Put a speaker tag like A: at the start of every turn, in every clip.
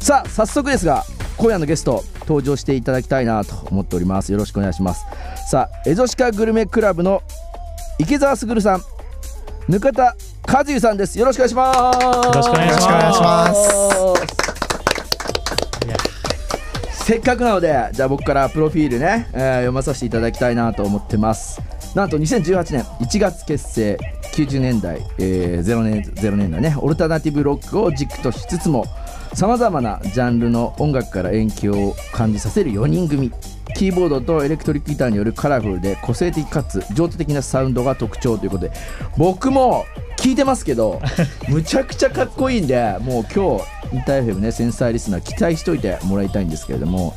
A: さあ早速ですが今夜のゲスト登場していただきたいなと思っておりますよろしくお願いしますさあエゾシカグルメクラブの池澤卓さんぬかた和ゆさんですよろしくお願いしますよ
B: ろしくお願いしますよろしくお願いし
A: ますせっかくなのでじゃあ僕からプロフィールね、えー読まさせていただきたいなと思ってますなんと2018年1月結成90年代、えー、0, 年0年代ねオルタナティブロックを軸としつつもさまざまなジャンルの音楽から影響を感じさせる4人組キーボードとエレクトリックギターによるカラフルで個性的かつ情緒的なサウンドが特徴ということで僕も聞いてますけどむちゃくちゃかっこいいんでもう今日インターフェムね繊細リスナー期待しといてもらいたいんですけれども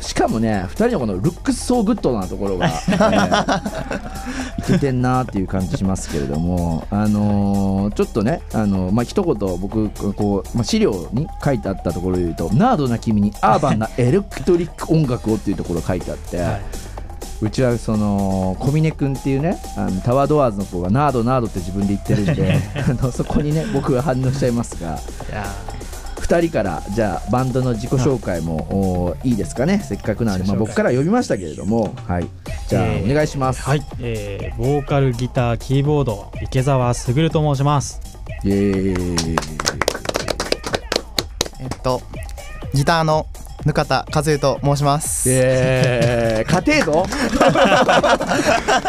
A: しかもね2人のこのルックスソーグッドなところが、えーいけてんなっていう感じしますけれどもあのーちょっとねあのーまあ一言僕こう、まあ、資料に書いてあったところで言うと「ナードな君にアーバンなエレクトリック音楽を」っていうところが書いてあって。うちはその小峰君っていうねあのタワードアーズの子がナードナードって自分で言ってるんであのそこにね僕は反応しちゃいますが
B: いや
A: 2人からじゃあバンドの自己紹介も、おいいですかねせっかくなんで、まあ、
B: 自己紹介
A: 僕から呼びましたけれども、はい、じゃあ、
B: えー
A: お願いします、
B: はい、えー、ボーカルギターキーボード池澤卓と申します
A: イエーイ
C: えっとギターのぬかた和ゆと申します。
A: えー、家庭度た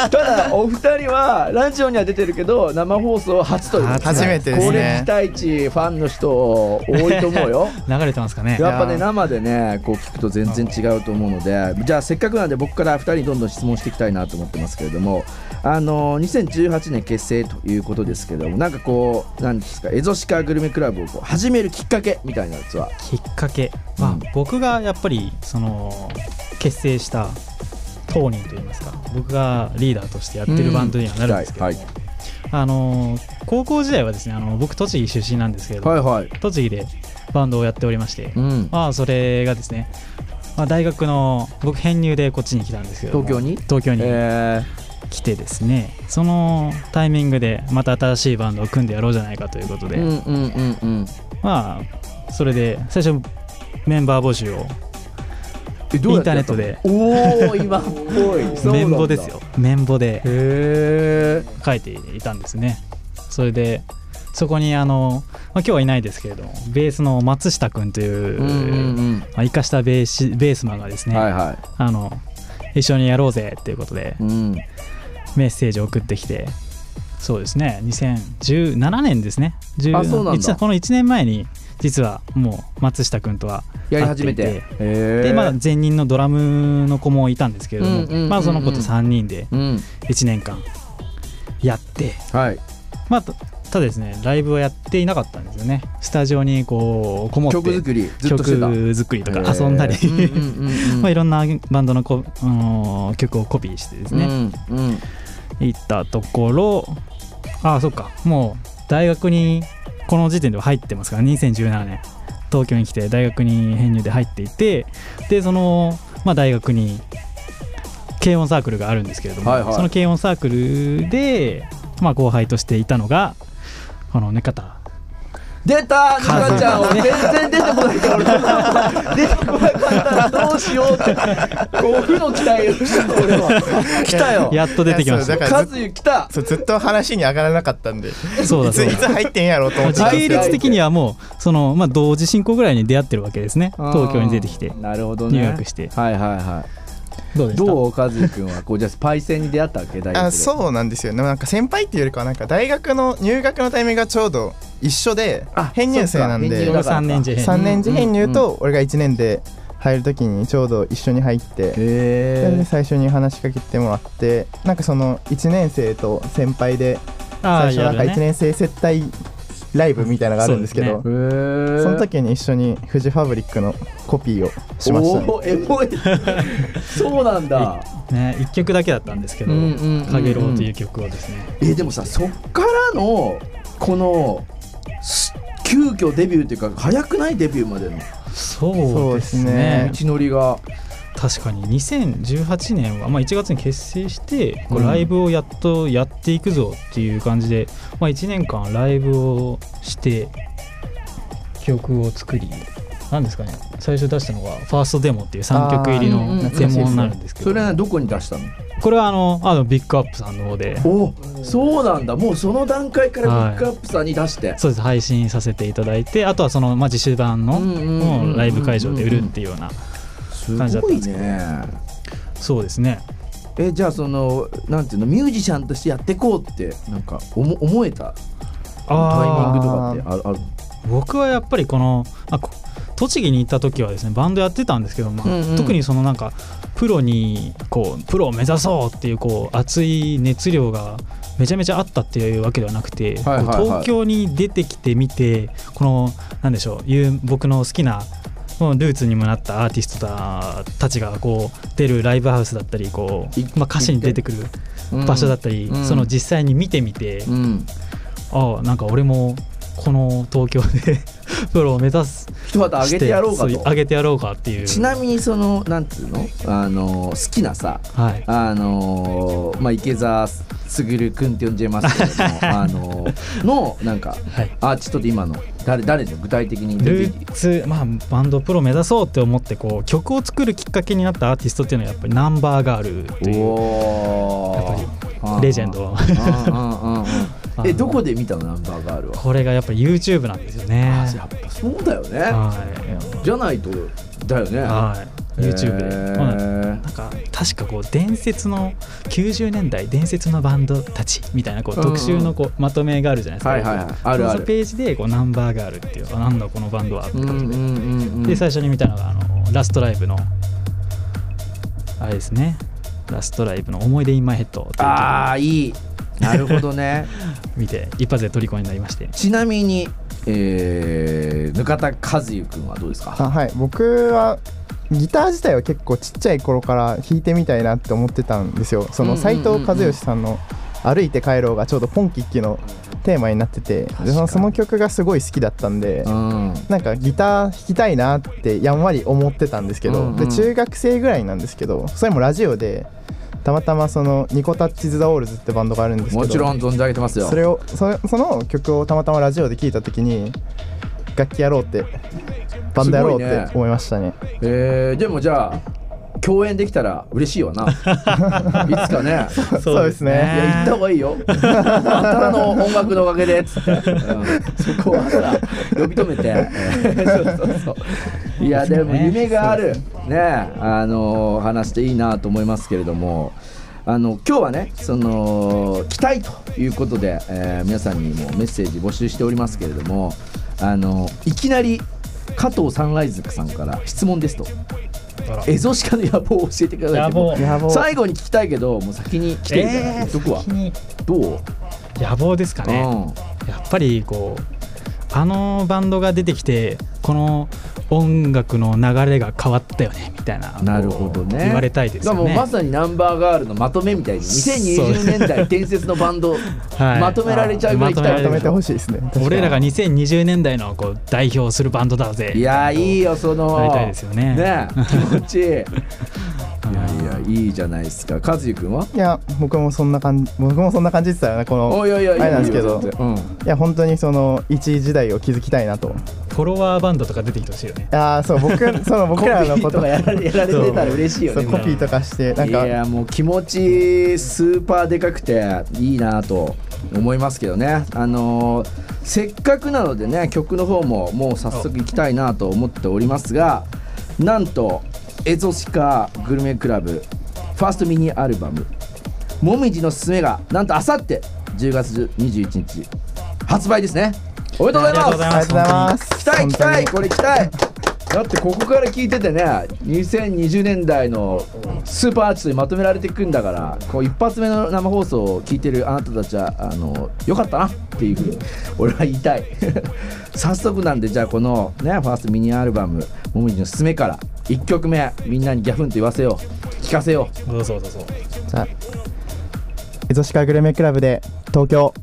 A: だお二人はラジオには出てるけど生放送初ということ
C: 初めてですね
A: これ期待値ファンの人多いと思うよ
B: 流れてますかね
A: やっぱね
C: いやー
A: 生でねこう聞くと全然違うと思うのでじゃあせっかくなんで僕から2人にどんどん質問していきたいなと思ってますけれどもあの2018年結成ということですけどもなんかこうなんですかエゾシカグルメクラブをこう始めるきっかけみたいなやつは
B: きっかけ、まあ
A: うん
B: 僕がやっぱりその結成した当人といいますか僕がリーダーとしてやってるバンドにはなるんですけども、
A: うんはい
B: あの高校時代はですねあの僕栃木出身なんですけれども、
A: はいはい
B: 栃木でバンドをやっておりまして、
A: うん
B: まあそれがですね、まあ、大学の僕編入でこっちに来たんですけども
A: 東京に
B: 東京に
A: え
B: 来てですね、そのタイミングでまた新しいバンドを組んでやろうじゃないかということ
A: ー
B: で、
A: うんうんうんうん
B: まあそれで最初メンバー募集を
A: えどうやって
B: イ
A: や
B: ン
A: った
B: ター
A: の
B: ネッ
A: おお今っ ぽいそうなんだ
B: 綿棒ですよ綿棒で
A: へえ
B: 書いていたんですねそれでそこにあの、まあ、今日はいないですけれどもベースの松下君という、
A: うんうん
B: まあ、生かしたベーシベースマンがです
A: うん
B: ね、
A: はいは
B: あの一緒にやろうぜっていうことで
A: いうん
B: メッセージを送ってきてそうですね2017年ですね10
A: あそうなんだ
B: 一この1年前に実はもう松下君とは
A: やり始め
B: 会って
A: て
B: いて
A: へ
B: でまあ、前任のドラムの子もいたんですけれども、
A: うんうんうんうん
B: まあ、その子と3人で
A: うん
B: 1年間やって、
A: はい
B: まあ、たただですねライブはやっていなかったんですよねスタジオにこうこもって
A: 曲作りずっとしてた
B: 曲作りとか遊んだり、
A: うんうんうんうん
B: まあ、いろんなバンドのこ、あのー曲をコピーしてですね、
A: うんうん
B: 行ったところああそっかもう大学にこの時点では入ってますから2017年東京に来て大学に編入で入っていてでその、まあ、大学に軽音サークルがあるんですけれども、
A: はいはい
B: その軽音サークルで、まあ、後輩としていたのがこのね方
A: 出たぬ
B: 風
A: かちゃん俺全然出てこないから俺出てこなかったらどうしようってこう負の期待をした俺は来たよ
B: やっと出てきまし
C: いやそうだ
B: た
C: から
A: 和ゆ来た
C: そうずっと話に上がらなかったんで、い
B: そうだ
C: つ
B: そう
C: いつ
B: だ
C: 入ってんやろうと思って
B: 時
C: たんで
B: 系
C: すけど。
B: 列的にはもうその、まあ、同時進行ぐらいに出会ってるわけですね東京に出てきて
A: なるほどね
B: 入学して
A: はいはいは
B: どうで
A: い
B: した
A: どう和樹君はこうじゃあパイセンに出会ったわけ大学で
C: あそうなんですよねなんか先輩っていうよりかはなんか大学の入学のタイミングがちょうど一緒で
A: あ
C: 編入生なん
A: そっ
C: で
A: か
B: 僕3年生編
C: 3年次編入と俺が1年で入る時にちょうど一緒に入ってそれ
A: へ
C: で最初に話しかけてもらってなんかその1年生と先輩で
B: ああ
C: 最初なんか
B: やる
C: 1年生接待ライブみたいなのがあるんですけ
B: そう
C: ど
B: で
A: えー
C: その時に一緒にフジファブリックのコピーをしましたね
A: おーエモいそうなんだ
B: ね1曲だけだったんですけど
A: うんうんうんうん
B: 「かげろう」という曲をですね
A: えーでもさそっからのこのす急遽デビューっていうか早くないデビューまでの
B: そうです
C: そう
B: ね
C: で
A: 道のりが
B: 確かに2018年は、まあ、1月に結成してこ
A: う
B: うんライブをやっとやっていくぞっていう感じで、まあ、1年間ライブをして曲を作り何ですかね最初出したのが「ファーストデモ」っていう3曲入り
A: あーうんうん
B: のデモになるんですけど
A: それはどこに出したの
B: これはあのあのビッグアップさんの方で
A: おそうなんだもうその段階から
B: はい
A: ビックアップさんに出して、
B: そうです配信させていただいてあとはその、まあ、自主版の
A: うんうんうんうんうん
B: もうライブ会場で売るっていうような
A: す
B: 感じだっ
A: ご
B: たん
A: い
B: ですけど
A: ね
B: そうですね
A: えじゃあそのなんていうのミュージシャンとしてやってこうってなんか思思えたタイミン
B: あ
A: グとかってあるある
B: ー僕はやっぱりこのあこ栃木に行った時はですねバンドやってたんですけど、まあ
A: うんうん
B: 特にそのなんかプロにこうプロを目指そうっていうこう熱い熱量がめちゃめちゃあったっていうわけではなくて、
A: はいはいはい
B: こう東京に出てきてみてこのなんでしょういう僕の好きなもうルーツにもなったアーティストたたちがこう出るライブハウスだったりこ、
A: いう
B: まあ、歌詞に出てくる場所だったり、
A: うん
B: その実際に見てみて、
A: うん
B: ああなんか俺もこの東京で プロを目指す
A: 一旗あげてやろうか
B: して
A: と
B: そ上げてやろうかっていう
A: ちなみにそのなんていうのあの好きなさ
B: はい
A: あのまあ池澤卓君って呼んじゃいますけれどもあの のなんか
B: はい
A: アーティストって今の誰誰の具体的に
B: ルーツ、まあ、バンドプロ目指そうって思ってこう曲を作るきっかけになったアーティストっていうのはやっぱりナンバーガールという
A: おー
B: レジェンド
A: うんうんうんうん え
B: あの
A: どこで見たのナンバーガールは
B: これがやっぱり YouTube なんですよね
A: あやっぱそうだよね
B: はい
A: じゃないとだよね
B: はい、YouTube で、
A: へー
B: まあなんか確かこう伝説の90年代伝説のバンドたちみたいなこ
A: う
B: う
A: んうん
B: 特集のこうまとめがあるじゃないですか、
A: はいはいはいあるある
B: そのページでこうナンバーガールっていうあなんだこのバンドはって
A: う
B: こ
A: んう
B: と
A: んう
B: で,、
A: んうん
B: で最初に見たのがあのラストライブのあれですねラストライブの「思い出インマイヘッド」っていう
A: ああいいなるほどね
B: 曲を見て一発で虜になりまして
A: ちなみにえー、額田和ゆくんはどうですか
C: あはい僕はギター自体は結構ちっちゃい頃から弾いてみたいなって思ってたんですよそ
A: うん
C: の
A: うん
C: 斉
A: うんう
C: 藤
A: ん
C: 和義さんの「歩いて帰ろう」がちょうどポンキッキのテーマになっててで
A: 確かに
C: そのその曲がすごい好きだったんで
A: うん
C: なんかギター弾きたいなってやんわり思ってたんですけど、
A: うんうん
C: で中学生ぐらいなんですけどそれもラジオでたまたまそのニコタッチズ・ザ・オールズってバンドがあるんですけど
A: もちろん存じ上げてますよ
C: それをそれその曲をたまたまラジオで聴いた時に楽器やろうってバンドやろう
A: すごい
C: っ
A: ね
C: て思いましたね
A: えー、でもじゃあ共演できたら嬉しいわ ないつかね
C: そうですね
A: いや行った方がいいよ あんたらの音楽のおかげでっつって、うんそこはさ呼び止めて、えーそうそうそういやでも夢があるねあの話していいなと思いますけれどもあの今日はねその期待ということで、えー皆さんにもメッセージ募集しておりますけれどもあのいきなり加藤サンライズさんから質問ですと
B: あら
A: エゾシカの野望を教えてくださいって
B: 野望
C: やば
A: 最後に聞きたいけどもう先に来てるから言っとくわ、
B: 先に
A: どう
B: 野望ですかね、やっぱりこうあのバンドが出てきてこの音楽の流れが変わったよねみたいな
A: うん、なるほどね
B: 言われたいです
A: だ
B: よ
A: からもう
B: ね
A: まさにナンバーガールのまとめみたいに2020年代伝説のバンド、
B: はい
A: まとめられちゃうぐらい来た
B: ま
A: い
C: 止めてほしいですね確かに
B: 俺らが2020年代のこう代表するバンドだぜ
A: いやーいい
B: い
A: よその
B: なりたいですよね
A: え気持ちいいいや
B: うん
A: いやいいじゃないですか和ゆくんはい
C: や僕もそんな感じ僕もそんな感じでしたよねこの
A: おいおいおい
C: あれなんですけど
A: いいよ全然
C: いや本当にその一時代を築きたいなと
B: フォロワーバンドとか出てきてほしいよね
C: ああそう 僕その
A: うん、コ
C: 僕
A: ピ
C: らの
A: ー
C: ことと
A: かやられやられてたら嬉しいよ
C: そう
A: ね
C: コピーとかしてなん
A: い
C: か
A: やもう気持ちスーパーでかくていいなと思いますけどねあのーせっかくなのでね曲の方ももう早速いきたいなと思っておりますがなんとエゾシカグルメクラブファーストミニアルバム「もみじのすすめ」がなんとあさって10月21日発売ですねおめでとうございます
C: ありがとうございます
A: 期待
C: 本
A: 期
C: 当に
A: 待これ期待だってここから聞いててね2020年代のスーパーアーティストにまとめられていくんだからこう一発目の生放送を聞いてるあなたたちはあのよかったなっていうふうに俺は言い たい早速なんでじゃあこのねファーストミニアルバム「もみじのすすめ」から1曲目みんなにギャフンと言わせよう聞かせよう
B: どうぞどうぞ
C: じゃあエゾシカグルメクラブで東京